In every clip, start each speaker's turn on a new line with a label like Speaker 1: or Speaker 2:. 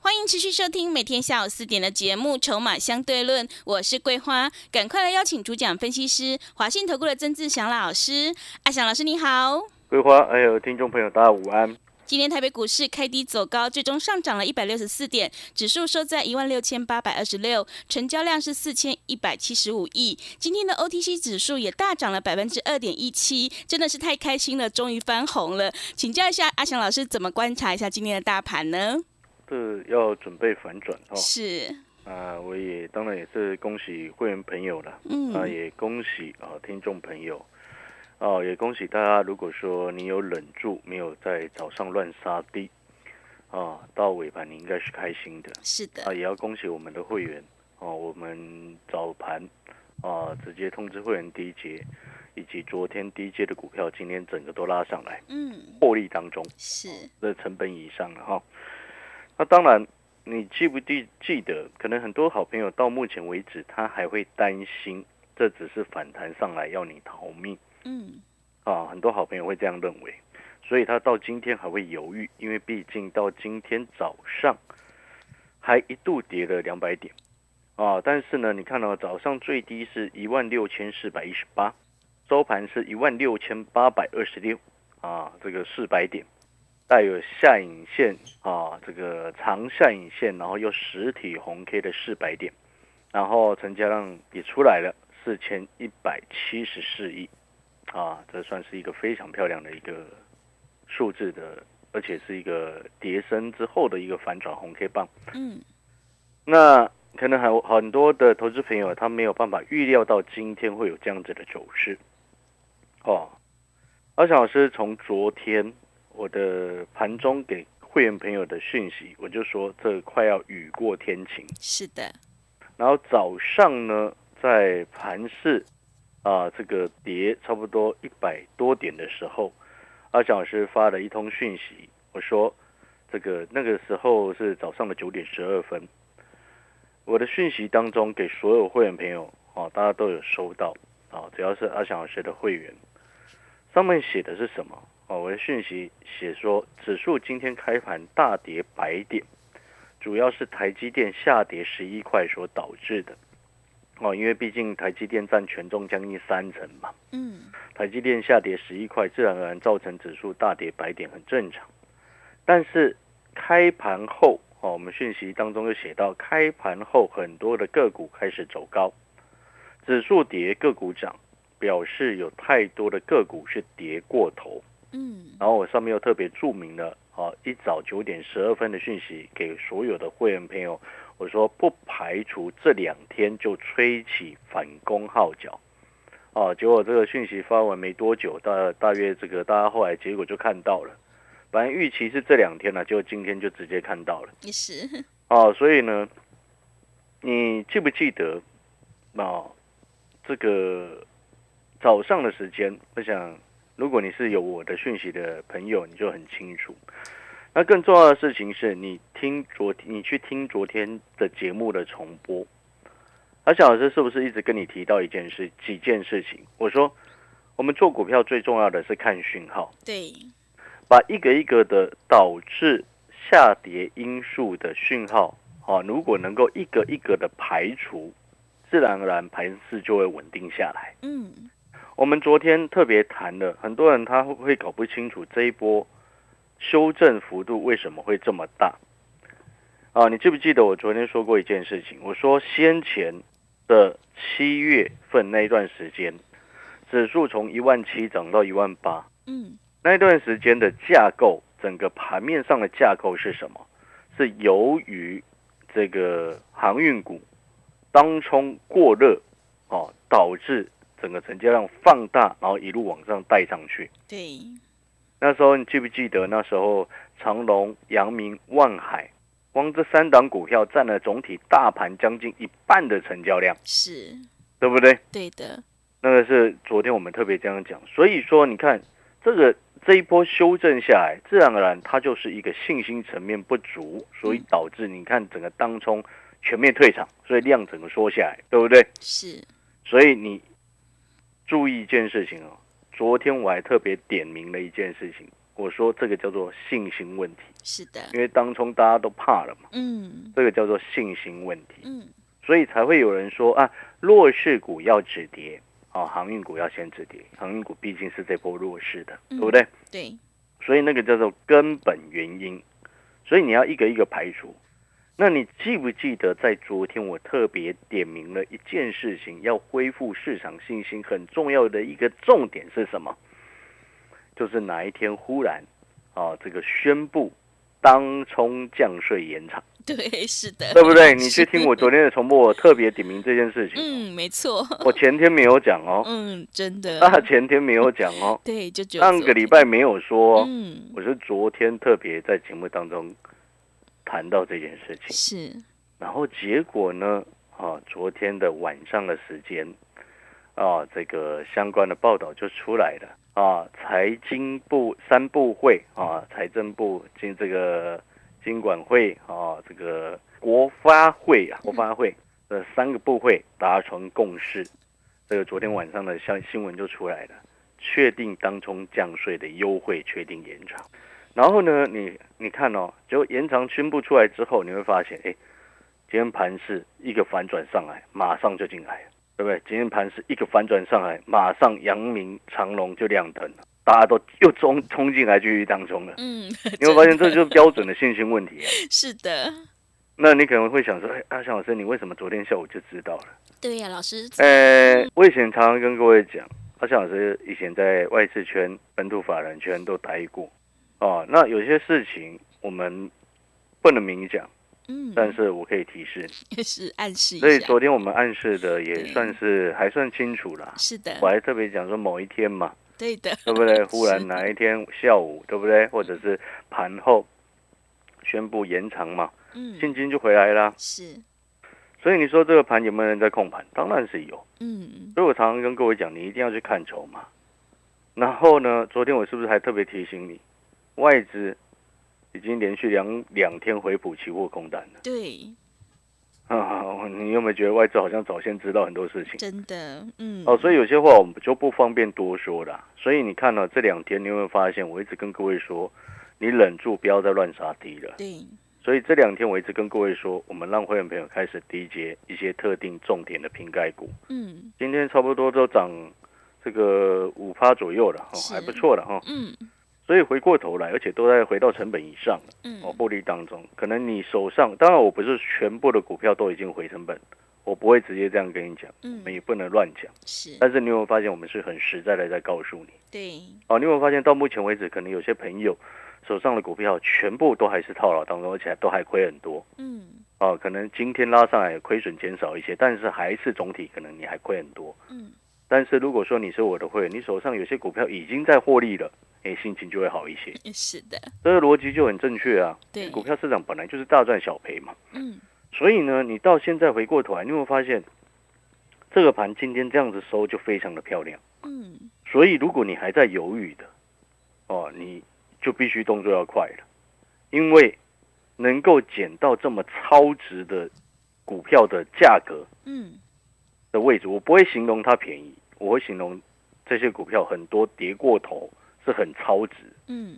Speaker 1: 欢迎持续收听每天下午四点的节目《筹码相对论》，我是桂花，赶快来邀请主讲分析师华信投顾的曾志祥老师。阿祥老师你好，
Speaker 2: 桂花，还哎有听众朋友，大家午安。
Speaker 1: 今天台北股市开低走高，最终上涨了一百六十四点，指数收在一万六千八百二十六，成交量是四千一百七十五亿。今天的 OTC 指数也大涨了百分之二点一七，真的是太开心了，终于翻红了。请教一下阿祥老师，怎么观察一下今天的大盘呢？
Speaker 2: 这要准备反转哈、
Speaker 1: 是，
Speaker 2: 啊、我也当然也是恭喜会员朋友了，
Speaker 1: 嗯，
Speaker 2: 啊，也恭喜啊听众朋友，哦、也恭喜大家。如果说你有忍住，没有在早上乱杀低，啊，到尾盘你应该是开心的。
Speaker 1: 是的，
Speaker 2: 啊，也要恭喜我们的会员哦，我们早盘啊直接通知会员第一节，以及昨天第一阶的股票，今天整个都拉上来，
Speaker 1: 嗯，
Speaker 2: 获利当中。
Speaker 1: 是，
Speaker 2: 的成本以上了哈。那当然，你记不记记得？可能很多好朋友到目前为止，他还会担心，这只是反弹上来要你逃命
Speaker 1: 嗯，
Speaker 2: 啊。很多好朋友会这样认为，所以他到今天还会犹豫，因为毕竟到今天早上还一度跌了两百点啊。但是呢，你看到、早上最低是一万六千四百一十八，收盘是一万六千八百二十六啊，这个四百点。带有下影线啊，这个长下影线，然后又实体红 K 的四百点，然后成交量也出来了四千一百七十四亿啊，这算是一个非常漂亮的一个数字的，而且是一个跌升之后的一个反转红 K 棒。
Speaker 1: 嗯，
Speaker 2: 那可能还有很多的投资朋友他没有办法预料到今天会有这样子的走势，哦，阿翔老师从昨天我的盘中给会员朋友的讯息，我就说这快要雨过天晴，
Speaker 1: 是的，
Speaker 2: 然后早上呢在盘市啊这个跌差不多一百多点的时候，阿翔老师发了一通讯息，我说这个那个时候是早上的九点十二分，我的讯息当中给所有会员朋友哦，大家都有收到哦，只要是阿翔老师的会员，上面写的是什么？哦，我的讯息写说指数今天开盘大跌百点，主要是台积电下跌十一块所导致的。哦，因为毕竟台积电占权重将近三成嘛，
Speaker 1: 嗯，
Speaker 2: 台积电下跌十一块，自然而然造成指数大跌百点，很正常。但是开盘后，哦，我们讯息当中就写到，开盘后很多的个股开始走高，指数跌，个股涨，表示有太多的个股是跌过头。
Speaker 1: 嗯，
Speaker 2: 然后我上面又特别注明了，啊，一早九点十二分的讯息给所有的会员朋友，我说不排除这两天就吹起反攻号角，啊，结果这个讯息发完没多久，大大约这个大家后来结果就看到了，本来预期是这两天呢、结果今天就直接看到了，
Speaker 1: 也是，
Speaker 2: 啊，所以呢，你记不记得，啊，这个早上的时间，我想如果你是有我的讯息的朋友，你就很清楚。那更重要的事情是你听昨你去听昨天的节目的重播，而小老师是不是一直跟你提到一件事几件事情？我说，我们做股票最重要的是看讯号，
Speaker 1: 对，
Speaker 2: 把一个一个的导致下跌因素的讯号啊，如果能够一个一个的排除，自然而然盘势就会稳定下来。
Speaker 1: 嗯，
Speaker 2: 我们昨天特别谈了，很多人他会会搞不清楚这一波修正幅度为什么会这么大啊？你记不记得我昨天说过一件事情？我说先前的七月份那一段时间，指数从一万七涨到一万八，
Speaker 1: 嗯，
Speaker 2: 那一段时间的架构，整个盘面上的架构是什么？是由于这个航运股当冲过热，哦，导致整个成交量放大，然后一路往上带上去。
Speaker 1: 对，
Speaker 2: 那时候你记不记得？那时候长隆、阳明、万海光这三档股票占了总体大盘将近一半的成交量，
Speaker 1: 是
Speaker 2: 对不对？
Speaker 1: 对的，
Speaker 2: 那个是昨天我们特别这样讲，所以说你看这个这一波修正下来，自然而然它就是一个信心层面不足，所以导致你看整个当冲全面退场，所以量整个缩下来，对不对？
Speaker 1: 是
Speaker 2: 所以你注意一件事情哦，昨天我还特别点名了一件事情，我说这个叫做信心问题，
Speaker 1: 是的，
Speaker 2: 因为当冲大家都怕了嘛，
Speaker 1: 嗯
Speaker 2: 这个叫做信心问题。
Speaker 1: 嗯
Speaker 2: 所以才会有人说啊，弱势股要止跌，啊，航运股要先止跌，航运股毕竟是这波弱势的，
Speaker 1: 嗯
Speaker 2: 对不对？
Speaker 1: 对，
Speaker 2: 所以那个叫做根本原因，所以你要一个一个排除。那你记不记得在昨天我特别点明了一件事情，要恢复市场信心很重要的一个重点是什么？就是哪一天忽然啊，这个宣布当冲降税延长，
Speaker 1: 对是的，
Speaker 2: 对不 对？你去
Speaker 1: 是
Speaker 2: 听我昨天的重播，我特别点明这件事情。
Speaker 1: 嗯没错，
Speaker 2: 我前天没有讲哦，
Speaker 1: 嗯真的，
Speaker 2: 大前天没有讲哦，
Speaker 1: 对 就只有
Speaker 2: 啊上个礼拜没有说哦、
Speaker 1: 昨天嗯
Speaker 2: 我是昨天特别在节目当中谈到这件事情，
Speaker 1: 是
Speaker 2: 然后结果呢，啊，昨天的晚上的时间，啊，这个相关的报道就出来了啊，财经部三部会啊，财政部经这个经管会啊，这个国发会啊，国发会这三个部会达成共识，这个昨天晚上的消新闻就出来了，确定当冲降税的优惠确定延长。然后呢，你你看哦，就延长宣布出来之后，你会发现，哎，今天盘是一个反转上来，马上就进来了，对不对？今天盘是一个反转上来，马上阳明、长隆就亮灯了，大家都又冲冲进来继续当中了。
Speaker 1: 嗯，
Speaker 2: 你会发现
Speaker 1: 真
Speaker 2: 这
Speaker 1: 的
Speaker 2: 就是标准的信心问题啊、
Speaker 1: 是的，
Speaker 2: 那你可能会想说，哎，阿翔老师，你为什么昨天下午就知道了？
Speaker 1: 对呀老师
Speaker 2: 呃，
Speaker 1: 嗯
Speaker 2: 我以前常常跟各位讲，阿翔老师以前在外事圈、本土法人圈都待过，哦，那有些事情我们不能明讲，
Speaker 1: 嗯
Speaker 2: 但是我可以提示你。
Speaker 1: 是暗示啊一
Speaker 2: 所以
Speaker 1: 下，
Speaker 2: 昨天我们暗示的也算是还算清楚啦。
Speaker 1: 是的
Speaker 2: 我还特别讲说某一天嘛，
Speaker 1: 对的，
Speaker 2: 对不对？忽
Speaker 1: 是啊
Speaker 2: 然哪一天下午，对不对？或者是盘后宣布延长嘛，
Speaker 1: 嗯
Speaker 2: 现金就回来啦。
Speaker 1: 是
Speaker 2: 所以你说这个盘有没有人在控盘？当然是有。
Speaker 1: 嗯
Speaker 2: 所以我常常跟各位讲，你一定要去看筹码。然后呢，昨天我是不是还特别提醒你，外资已经连续两两天回补期货空单了？
Speaker 1: 对
Speaker 2: 啊，你有没有觉得外资好像早先知道很多事情？
Speaker 1: 真的嗯
Speaker 2: 哦，所以有些话我们就不方便多说啦。所以你看呢、这两天你有没有发现，我一直跟各位说，你忍住不要再乱杀低了。
Speaker 1: 对
Speaker 2: 所以这两天我一直跟各位说，我们让会员朋友开始低接一些特定重点的瓶盖股。
Speaker 1: 嗯
Speaker 2: 今天差不多都涨这个五趴左右了，哦，
Speaker 1: 是
Speaker 2: 还不错了哈、哦。
Speaker 1: 嗯
Speaker 2: 所以回过头来，而且都在回到成本以上了
Speaker 1: 嗯
Speaker 2: 哦，获利当中，可能你手上，当然我不是全部的股票都已经回成本，我不会直接这样跟你讲，我们
Speaker 1: 嗯
Speaker 2: 也不能乱讲。
Speaker 1: 是
Speaker 2: 但是你有没有发现，我们是很实在的在告诉你
Speaker 1: 对
Speaker 2: 哦。你有没有发现，到目前为止，可能有些朋友手上的股票全部都还是套牢当中，而且都还亏很多
Speaker 1: 嗯
Speaker 2: 哦。可能今天拉上来亏损减少一些，但是还是总体可能你还亏很多。
Speaker 1: 嗯
Speaker 2: 但是如果说你是我的会员，你手上有些股票已经在获利了，哎，心情就会好一些。
Speaker 1: 是的
Speaker 2: 这个逻辑就很正确啊。
Speaker 1: 对
Speaker 2: 股票市场本来就是大赚小赔嘛，
Speaker 1: 嗯
Speaker 2: 所以呢，你到现在回过头来，你有没有发现这个盘今天这样子收就非常的漂亮？
Speaker 1: 嗯
Speaker 2: 所以如果你还在犹豫的，哦，你就必须动作要快了，因为能够捡到这么超值的股票的价格，
Speaker 1: 嗯
Speaker 2: 的位置，我不会形容它便宜，我会形容这些股票很多跌过头是很超值，
Speaker 1: 嗯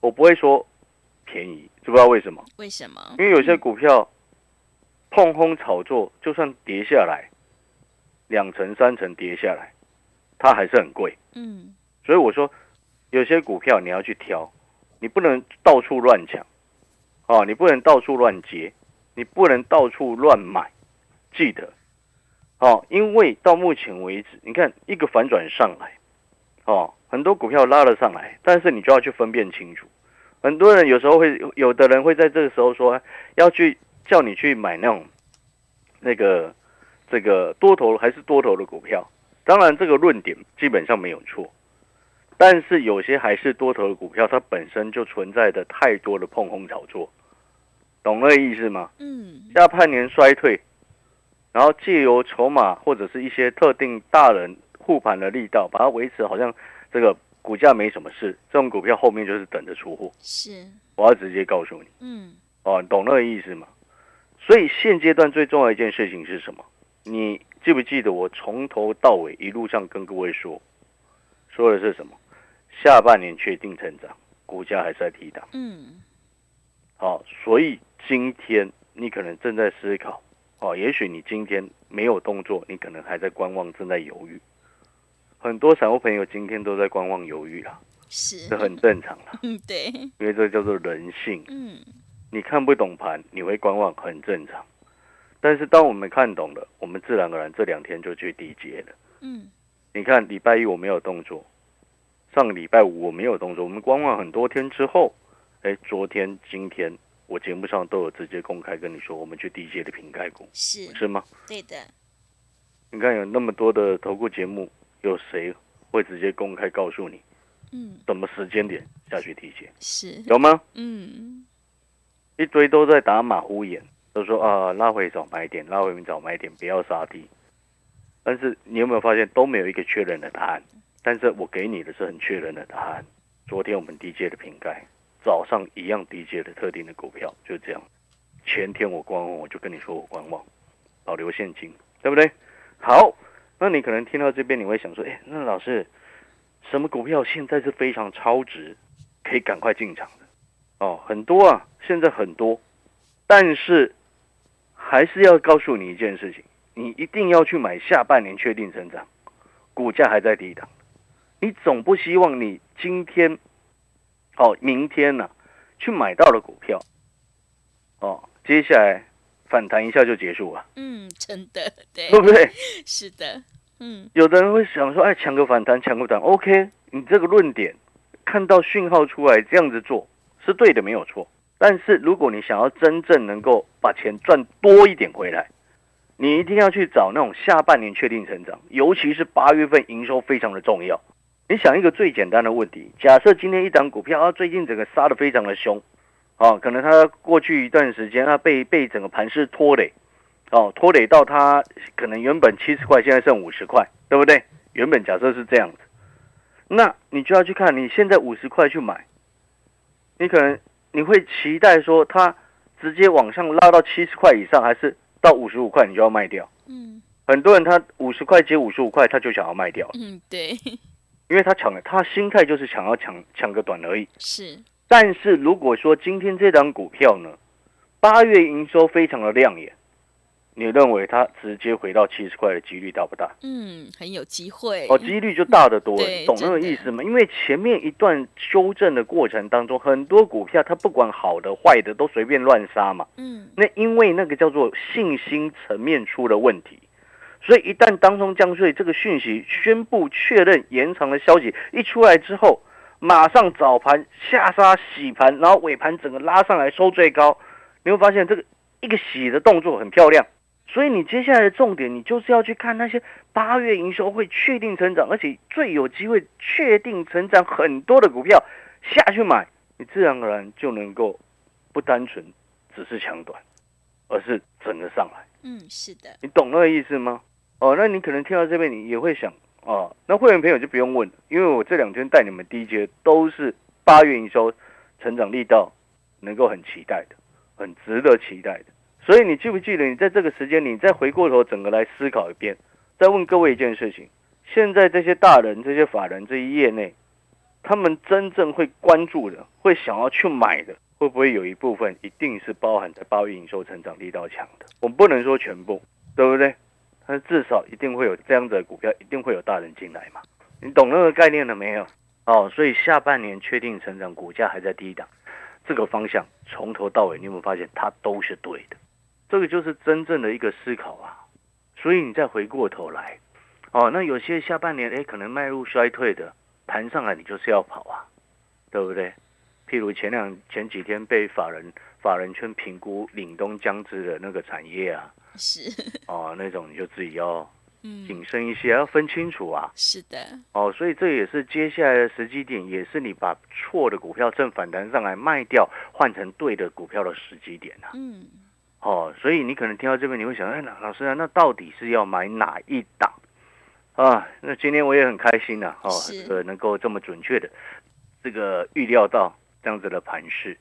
Speaker 2: 我不会说便宜，知不知道为什么？
Speaker 1: 为什么
Speaker 2: 因为有些股票碰轰炒作，就算跌下来两成三成跌下来，它还是很贵。
Speaker 1: 嗯
Speaker 2: 所以我说，有些股票你要去挑，你不能到处乱抢，哦，你不能到处乱接，你不能到处乱买，记得，哦，因为到目前为止，你看一个反转上来，哦，很多股票拉了上来，但是你就要去分辨清楚。很多人有时候会，有的人会在这个时候说要去叫你去买那种那个这个多头还是多头的股票，当然这个论点基本上没有错，但是有些还是多头的股票，它本身就存在着太多的碰空炒作，懂那个意思吗？
Speaker 1: 嗯
Speaker 2: 下半年衰退，然后借由筹码或者是一些特定大人护盘的力道，把它维持好像这个股价没什么事，这种股票后面就是等着出货。
Speaker 1: 是，
Speaker 2: 我要直接告诉你
Speaker 1: 嗯
Speaker 2: 哦，你懂那个意思吗？所以现阶段最重要的一件事情是什么？你记不记得我从头到尾一路上跟各位说，说的是什么？下半年确定成长，股价还是在低档。
Speaker 1: 嗯
Speaker 2: 好、所以今天你可能正在思考，哦，也许你今天没有动作，你可能还在观望，正在犹豫。很多散户朋友今天都在观望犹豫啦，
Speaker 1: 是
Speaker 2: 这，很正常啦，
Speaker 1: 嗯 对，
Speaker 2: 因为这叫做人性。
Speaker 1: 嗯
Speaker 2: 你看不懂盘，你会观望，很正常。但是当我们看懂了，我们自然而然这两天就去低接了。
Speaker 1: 嗯
Speaker 2: 你看礼拜一我没有动作，上个礼拜五我没有动作，我们观望很多天之后，哎，昨天、今天我节目上都有直接公开跟你说，我们去低阶的瓶盖股，
Speaker 1: 是，
Speaker 2: 是吗？
Speaker 1: 对的，
Speaker 2: 你看有那么多的投顾节目，有谁会直接公开告诉你
Speaker 1: 嗯
Speaker 2: 什么时间点下去低阶？
Speaker 1: 是，
Speaker 2: 有吗？
Speaker 1: 嗯
Speaker 2: 一堆都在打马虎眼，都说啊拉回早买点，拉回早买点，不要杀低。但是你有没有发现都没有一个确认的答案？但是我给你的是很确认的答案。昨天我们低阶的瓶盖，早上一样低阶的特定的股票，就这样。前天我观望，我就跟你说我观望，保留现金，对不对？好，那你可能听到这边，你会想说，哎，那老师，什么股票现在是非常超值，可以赶快进场？哦，很多啊，现在很多，但是还是要告诉你一件事情，你一定要去买下半年确定成长，股价还在低档，你总不希望你今天，哦，明天呢、去买到了股票，哦，接下来反弹一下就结束了，啊
Speaker 1: 嗯，真的对，
Speaker 2: 对不对？
Speaker 1: 是的，嗯
Speaker 2: 有的人会想说，哎，抢个反弹，抢个反弹，OK，你这个论点看到讯号出来，这样子做是对的，没有错。但是如果你想要真正能够把钱赚多一点回来，你一定要去找那种下半年确定成长，尤其是八月份营收非常的重要。你想一个最简单的问题，假设今天一档股票啊，最近整个杀的非常的凶，啊，可能它过去一段时间它被被整个盘势拖累，哦，拖累到它可能原本七十块，现在剩五十块，对不对？原本假设是这样子，那你就要去看你现在五十块去买，你可能你会期待说它直接往上拉到七十块以上，还是到五十五块你就要卖掉？
Speaker 1: 嗯
Speaker 2: 很多人他五十块接五十五块，他就想要卖掉，
Speaker 1: 嗯对，
Speaker 2: 因为他抢了，他心态就是想要抢抢个短而已。
Speaker 1: 是，
Speaker 2: 但是如果说今天这档股票呢，八月营收非常的亮眼，你认为它直接回到七十块的几率大不大？
Speaker 1: 嗯，很有机会，
Speaker 2: 哦，几率就大得多了，
Speaker 1: 对
Speaker 2: 你懂那个意思吗？因为前面一段修正的过程当中，很多股票它不管好的坏的都随便乱杀嘛。
Speaker 1: 嗯
Speaker 2: 那因为那个叫做信心层面出了问题，所以一旦当中降税这个讯息宣布确认延长的消息一出来之后，马上早盘下杀洗盘，然后尾盘整个拉上来收最高，你会发现这个一个洗的动作很漂亮。所以你接下来的重点，你就是要去看那些八月营收会确定成长，而且最有机会确定成长很多的股票下去买，你自然而然就能够不单纯只是抢短，而是整个上来。
Speaker 1: 嗯是的，
Speaker 2: 你懂那个意思吗？哦，那你可能听到这边，你也会想，哦，那会员朋友就不用问了，因为我这两天带你们 DJ 都是八月营收成长力道能够很期待的，很值得期待的。所以你记不记得，你在这个时间，你再回过头整个来思考一遍，再问各位一件事情：现在这些大人、这些法人、这些业内，他们真正会关注的、会想要去买的，会不会有一部分一定是包含在八月营收成长力道强的？我们不能说全部，对不对？但是至少一定会有这样子的股票，一定会有大人进来嘛。你懂那个概念了没有？哦，所以下半年确定成长，股价还在低档，这个方向从头到尾，你有没有发现它都是对的？这个就是真正的一个思考啊。所以你再回过头来，哦，那有些下半年哎可能迈入衰退的，弹上来你就是要跑啊，对不对？譬如前两前几天被法人法人圈评估凛冬将至的那个产业啊，
Speaker 1: 是，
Speaker 2: 哦，那种你就自己要
Speaker 1: 嗯，
Speaker 2: 谨慎一些，要分清楚啊。
Speaker 1: 是的，
Speaker 2: 哦，所以这也是接下来的时机点，也是你把错的股票正反弹上来卖掉，换成对的股票的时机点啊。
Speaker 1: 嗯
Speaker 2: 哦，所以你可能听到这边，你会想，哎，老师啊，那到底是要买哪一档啊？那今天我也很开心呐、哦，
Speaker 1: 是
Speaker 2: 这个能够这么准确的这个预料到这样子的盘势，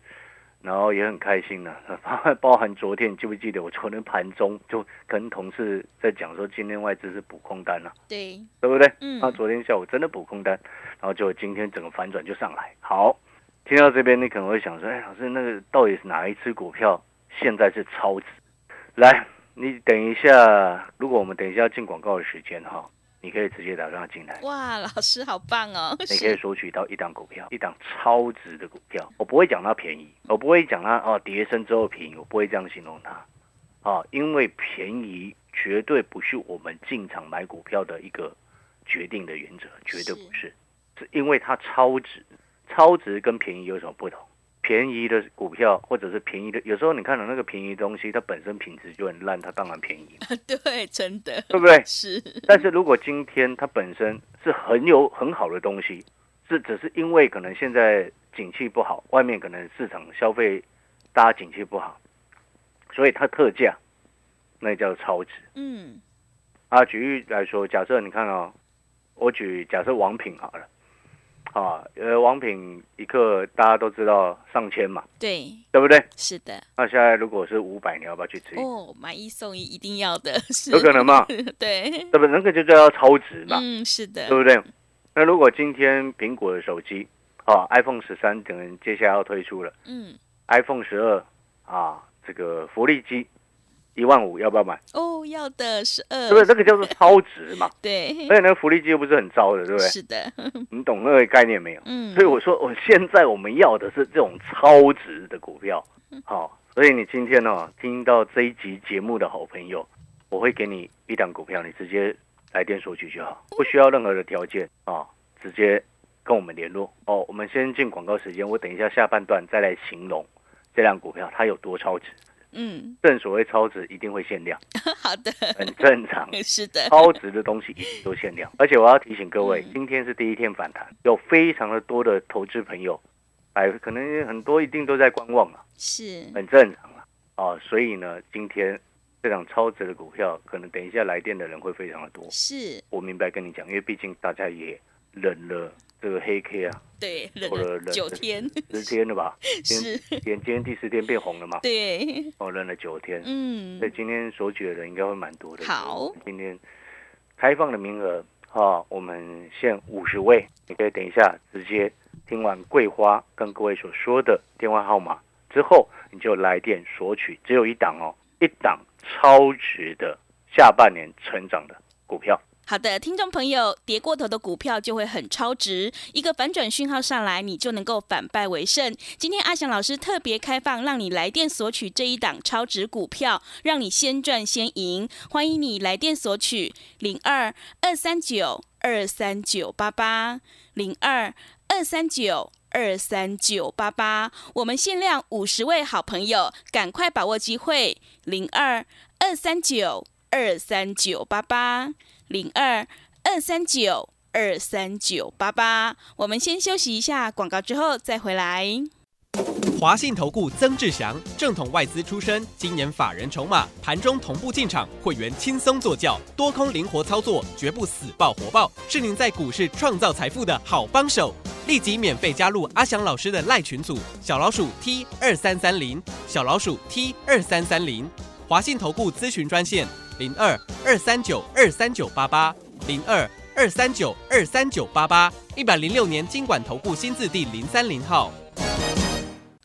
Speaker 2: 然后也很开心呢、包 包含昨天，你记不记得我昨天盘中就跟同事在讲说，今天外资是补空单了、啊
Speaker 1: 对，
Speaker 2: 对不对？
Speaker 1: 嗯
Speaker 2: 那啊昨天下午真的补空单，然后就今天整个反转就上来。好，听到这边你可能会想说，哎，老师，那个到底是哪一只股票现在是超值？来，你等一下，如果我们等一下进广告的时间哈，你可以直接打电话进来。
Speaker 1: 哇，老师好棒哦，
Speaker 2: 你可以
Speaker 1: 是，
Speaker 2: 索取到一档股票，一档超值的股票。我不会讲它便宜，我不会讲它哦跌升之后便宜，我不会这样形容它。啊，因为便宜绝对不是我们进场买股票的一个决定的原则，绝对不是，是因为它超值。超值跟便宜有什么不同？便宜的股票或者是便宜的，有时候你看到那个便宜的东西，它本身品质就很烂，它当然便宜，
Speaker 1: 对，真的
Speaker 2: 对不对？
Speaker 1: 是，
Speaker 2: 但是如果今天它本身是很有很好的东西，是只是因为可能现在景气不好，外面可能市场消费大家景气不好，所以它特价，那叫超值
Speaker 1: 嗯
Speaker 2: 啊。举例来说，假设你看哦，我举假设王品好了，啊，呃，王品一克大家都知道上千嘛，
Speaker 1: 对，
Speaker 2: 对不对？
Speaker 1: 是的，
Speaker 2: 那现在如果是五百，你要不要去吃一？
Speaker 1: 哦，买一送一一定要的，是
Speaker 2: 有可能嘛？
Speaker 1: 对，
Speaker 2: 对不对？那个就叫超值嘛。
Speaker 1: 嗯，是的
Speaker 2: 对，不对？那如果今天苹果的手机啊，iPhone 十三等接下来要推出了
Speaker 1: 嗯，
Speaker 2: ，iPhone 十二啊，这个福利机一万五要不要买？
Speaker 1: 哦，要的是
Speaker 2: 对不对？
Speaker 1: 二，
Speaker 2: 这个叫做超值 嘛。
Speaker 1: 对，
Speaker 2: 而且那个福利机又不是很糟的，对不对？
Speaker 1: 是的，
Speaker 2: 你懂那个概念没有？
Speaker 1: 嗯，
Speaker 2: 所以我说，我现在我们要的是这种超值的股票。好、所以你今天哦，听到这一集节目的好朋友，我会给你一档股票，你直接来电索取就好，不需要任何的条件啊、直接跟我们联络哦。我们先进广告时间，我等一下下半段再来形容这辆股票它有多超值。
Speaker 1: 嗯，
Speaker 2: 正所谓超值一定会限量，
Speaker 1: 好的，
Speaker 2: 很正常。啊
Speaker 1: 是 的，
Speaker 2: 超值的东西一定都限量。而且我要提醒各位
Speaker 1: 嗯，
Speaker 2: 今天是第一天反弹，有非常的多的投资朋友，哎，可能很多一定都在观望了，啊
Speaker 1: 是，
Speaker 2: 很正常了哦。所以呢，今天这档超值的股票，可能等一下来电的人会非常的多。
Speaker 1: 是，
Speaker 2: 我明白跟你讲，因为毕竟大家也忍了这个黑 K 啊，
Speaker 1: 对，忍
Speaker 2: 我
Speaker 1: 了
Speaker 2: 忍了
Speaker 1: 九天，
Speaker 2: 十天了吧？今天
Speaker 1: 是，
Speaker 2: 今天第十天变红了嘛？
Speaker 1: 对，
Speaker 2: 哦，忍了九天，
Speaker 1: 嗯
Speaker 2: 所，以今天索取的人应该会蛮多的。
Speaker 1: 好，
Speaker 2: 今天开放的名额啊，我们限五十位，你可以等一下直接听完桂花跟各位所说的电话号码之后，你就来电索取，只有一档哦，一档超值的下半年成长的股票。
Speaker 1: 好的，听众朋友，跌过头的股票就会很超值，一个反转讯号上来，你就能够反败为胜。今天阿翔老师特别开放，让你来电索取这一档超值股票，让你先赚先赢。欢迎你来电索取零二二三九二三九八八零二二三九。二三九八八，我们限量五十位好朋友，赶快把握机会！零二二三九二三九八八。零二二三九二三九八八。我们先休息一下广告，之后再回来。
Speaker 3: 华信投顾曾志祥，正统外资出身，今年法人筹码，盘中同步进场，会员轻松做教，多空灵活操作，绝不死爆活爆，是您在股市呃创造财富的好帮手。立即免费加入阿翔老师的赖群组，小老鼠 T 二三三零，小老鼠 T 二三三零，华信投顾咨询专线零二二三九二三九八八零二二三九二三九八八，一百零六年经管投顾新字第零三零号。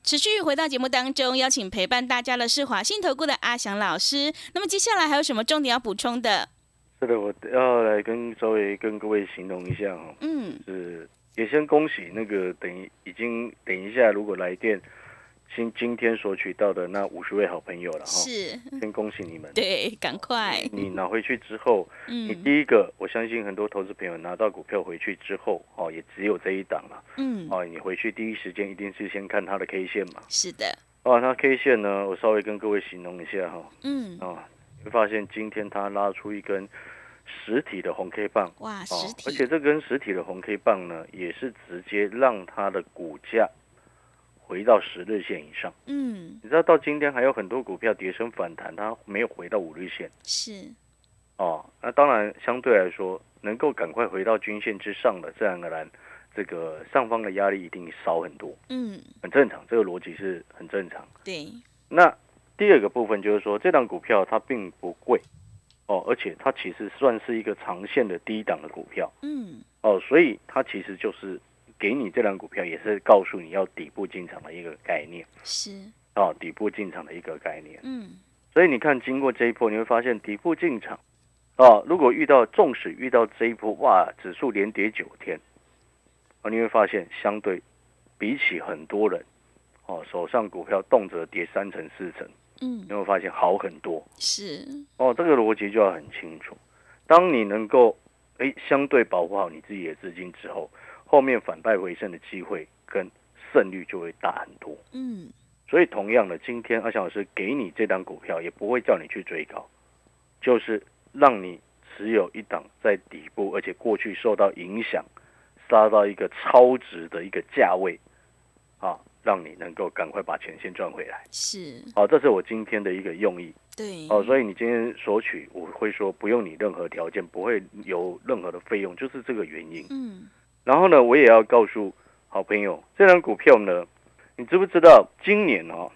Speaker 1: 持续回到节目当中，邀请陪伴大家的是华信投顾的阿翔老师。那么接下来还有什么重点要补充的？
Speaker 2: 是的，我要来跟稍微跟各位形容一下哦，
Speaker 1: 嗯，
Speaker 2: 是也先恭喜那个等一已经等一下如果来电。今今天索取到的那五十位好朋友了哈，
Speaker 1: 是
Speaker 2: 先恭喜你们。
Speaker 1: 对，赶快，
Speaker 2: 你拿回去之后，你
Speaker 1: 嗯
Speaker 2: 第一个，我相信很多投资朋友拿到股票回去之后，哦，也只有这一档了。
Speaker 1: 嗯，嗯
Speaker 2: 哦，你回去第一时间一定是先看它的 K 线嘛。
Speaker 1: 是的，
Speaker 2: 哦，它 K 线呢，我稍微跟各位形容一下哈、
Speaker 1: 嗯
Speaker 2: 哦，会发现今天它拉出一根实体的红 K 棒
Speaker 1: 哇，
Speaker 2: 哦
Speaker 1: 实，体，
Speaker 2: 而且这根实体的红 K 棒呢，也是直接让它的股价回到十日线以上。
Speaker 1: 嗯，
Speaker 2: 你知道到今天还有很多股票跌升反弹，它没有回到五日线
Speaker 1: 是，
Speaker 2: 哦。那当然，相对来说，能够赶快回到均线之上的，自然而然，这个上方的压力一定少很多，
Speaker 1: 嗯，
Speaker 2: 很正常，这个逻辑是很正常。
Speaker 1: 对，
Speaker 2: 那第二个部分就是说，这档股票它并不贵哦，而且它其实算是一个长线的低档的股票
Speaker 1: 嗯，
Speaker 2: 哦，所以它其实就是给你这档股票也是告诉你要底部进场的一个概念
Speaker 1: 是，
Speaker 2: 哦，底部进场的一个概念。
Speaker 1: 嗯，
Speaker 2: 所以你看，经过这一波，你会发现底部进场哦，如果遇到纵使遇到这一波哇，指数连跌九天哦，你会发现相对比起很多人哦手上股票动辄跌三成四成。
Speaker 1: 嗯
Speaker 2: 你，会发现好很多
Speaker 1: 是，
Speaker 2: 哦。这个逻辑就要很清楚。当你能够诶相对保护好你自己的资金之后，后面反败为胜的机会跟胜率就会大很多。
Speaker 1: 嗯，
Speaker 2: 所以同样的，今天阿翔老师给你这档股票，也不会叫你去追高，就是让你持有一档在底部，而且过去受到影响，杀到一个超值的一个价位，啊，让你能够赶快把钱先赚回来。
Speaker 1: 是，
Speaker 2: 好、这是我今天的一个用意。
Speaker 1: 对，
Speaker 2: 哦，所以你今天索取，我会说不用你任何条件，不会有任何的费用，就是这个原因。
Speaker 1: 嗯，
Speaker 2: 然后呢，我也要告诉好朋友，这张股票呢，你知不知道今年哦，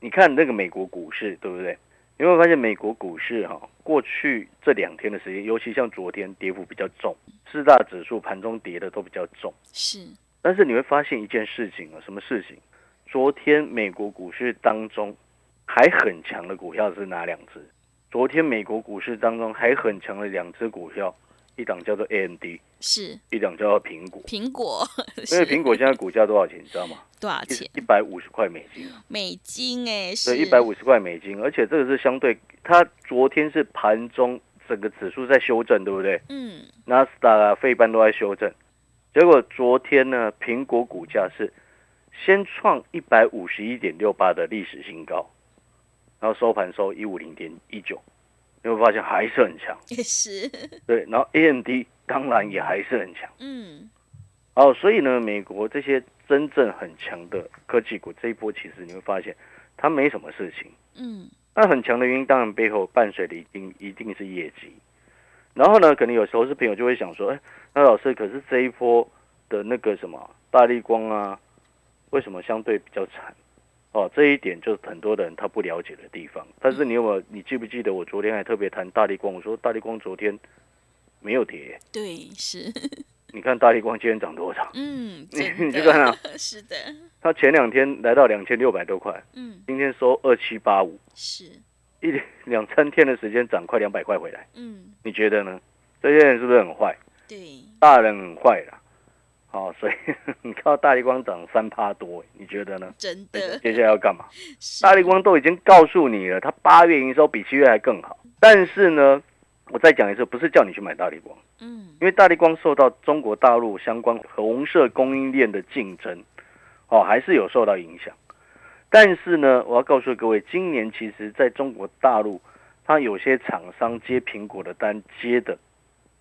Speaker 2: 你看那个美国股市，对不对？你会发现美国股市哈、过去这两天的时间，尤其像昨天跌幅比较重，四大指数盘中跌的都比较重。
Speaker 1: 是，
Speaker 2: 但是你会发现一件事情啊，什么事情？昨天美国股市当中还很强的股票是哪两只？昨天美国股市当中还很强的两只股票，一档叫做 AMD，
Speaker 1: 是，
Speaker 2: 一档叫做苹果。
Speaker 1: 苹果，
Speaker 2: 因为
Speaker 1: 是
Speaker 2: 苹果现在股价多少钱，你知道吗？
Speaker 1: 多少钱？
Speaker 2: 一百五十块美金，
Speaker 1: 美金哎，
Speaker 2: 对，
Speaker 1: 是
Speaker 2: 一百，五十块美金，而且这个是相对，它昨天是盘中整个指数在修正，对不对？
Speaker 1: 嗯，
Speaker 2: 纳斯达克啊、费半都在修正。结果昨天呢，苹果股价是先创一百五十一点六八的历史新高，然后收盘收一五零点一九，你会发现还是很强。
Speaker 1: 也是，
Speaker 2: 对，然后 AMD 当然也还是很强。
Speaker 1: 嗯，
Speaker 2: 哦，所以呢，美国这些真正很强的科技股这一波，其实你会发现它没什么事情。
Speaker 1: 嗯，
Speaker 2: 那很强的原因，当然背后伴随的一定一定是业绩。然后呢，可能有时候是朋友就会想说，哎，那老师，可是这一波的那个什么大力光啊，为什么相对比较惨？哦，这一点就是很多人他不了解的地方。但是你有没有，你记不记得我昨天还特别谈大力光？我说大力光昨天没有跌，
Speaker 1: 对，是，
Speaker 2: 你看大力光今天涨多少？
Speaker 1: 嗯，
Speaker 2: 你
Speaker 1: 真
Speaker 2: 你去
Speaker 1: 的，
Speaker 2: 看啊，
Speaker 1: 是的，
Speaker 2: 它前两天来到两千六百多块，
Speaker 1: 嗯，
Speaker 2: 今天收二七八五，
Speaker 1: 是，
Speaker 2: 一两三天的时间涨快两百块回来。
Speaker 1: 嗯，
Speaker 2: 你觉得呢？这些人是不是很坏？
Speaker 1: 对，
Speaker 2: 大人很坏啦。好、所以 你看到大力光涨三趴多，你觉得呢？
Speaker 1: 真的，
Speaker 2: 接下来要干嘛？
Speaker 1: 是
Speaker 2: 大力光都已经告诉你了，它八月营收比七月还更好。但是呢，我再讲一次，不是叫你去买大力光，
Speaker 1: 嗯，
Speaker 2: 因为大力光受到中国大陆相关红色供应链的竞争，哦，还是有受到影响。但是呢，我要告诉各位，今年其实在中国大陆，它有些厂商接苹果的单接的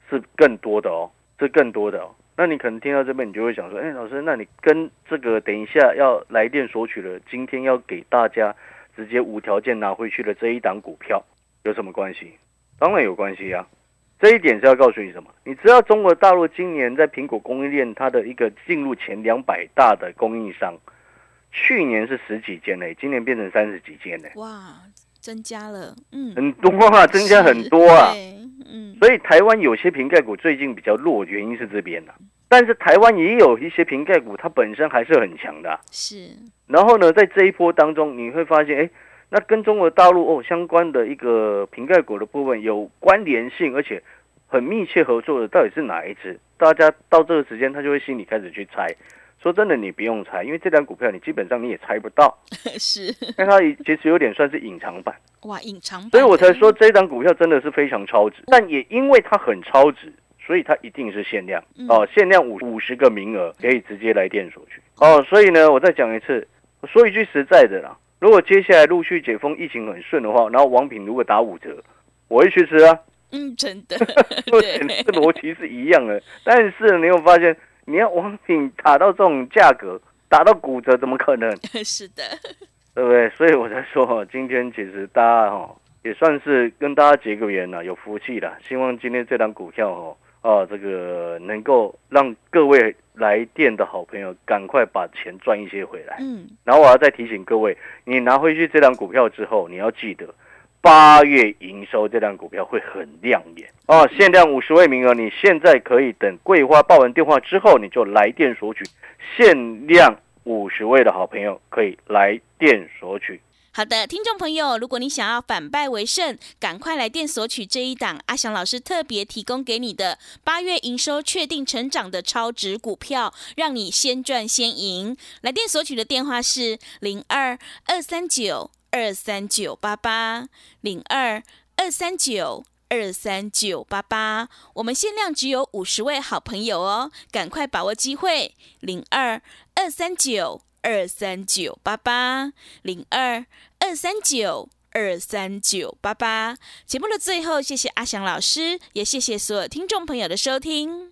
Speaker 2: 是更多的哦，是更多的哦。那你可能听到这边，你就会想说，哎，老师，那你跟这个等一下要来电索取的，今天要给大家直接无条件拿回去的这一档股票有什么关系？当然有关系啊。这一点是要告诉你什么？你知道中国大陆今年在苹果供应链它的一个进入前两百大的供应商，去年是十几间呢，今年变成三十几间呢，
Speaker 1: 哇，增加了，嗯，
Speaker 2: 很多啊，增加很多啊。
Speaker 1: 是对嗯，
Speaker 2: 所以台湾有些瓶盖股最近比较弱，原因是这边呢、但是台湾也有一些瓶盖股，它本身还是很强的啊、
Speaker 1: 是，
Speaker 2: 然后呢，在这一波当中，你会发现，哎，那跟中国大陆哦相关的一个瓶盖股的部分有关联性，而且很密切合作的到底是哪一只？大家到这个时间，他就会心里开始去猜。说真的，你不用猜，因为这两股票你基本上你也猜不到，
Speaker 1: 是，
Speaker 2: 因为它其实有点算是隐藏版，
Speaker 1: 哇，隐藏版的，
Speaker 2: 所以我才说这张股票真的是非常超值。但也因为它很超值，所以它一定是限量
Speaker 1: 嗯
Speaker 2: 哦，限量五五十个名额可以直接来电索取哦。所以呢，我再讲一次，我说一句实在的啦，如果接下来陆续解封，疫情很顺的话，然后王品如果打五折，我会去吃啊。
Speaker 1: 嗯，真的，
Speaker 2: 目 前这逻辑是一样的。但是你有发现，你要王品打到这种价格，打到骨折，怎么可能？
Speaker 1: 是的，
Speaker 2: 对不对？所以我才说哦，今天其实大家哦也算是跟大家结个缘了，有福气了。希望今天这档股票哦啊，这个能够让各位来电的好朋友赶快把钱赚一些回来。
Speaker 1: 嗯，
Speaker 2: 然后我要再提醒各位，你拿回去这档股票之后，你要记得八月营收这档股票会很亮眼哦，限量五十位名额，你现在可以等桂花报完电话之后，你就来电索取，限量五十位的好朋友可以来电索取。
Speaker 1: 好的，听众朋友，如果你想要反败为胜，赶快来电索取这一档阿翔老师特别提供给你的八月营收确定成长的超值股票，让你先赚先赢。来电索取的电话是零二二三九二三九八八零二二三九。二三九八八，我们限量只有五十位好朋友哦，赶快把握机会！零二二三九二三九八八，零二二三九二三九八八。节目的最后，谢谢阿翔老师，也谢谢所有听众朋友的收听。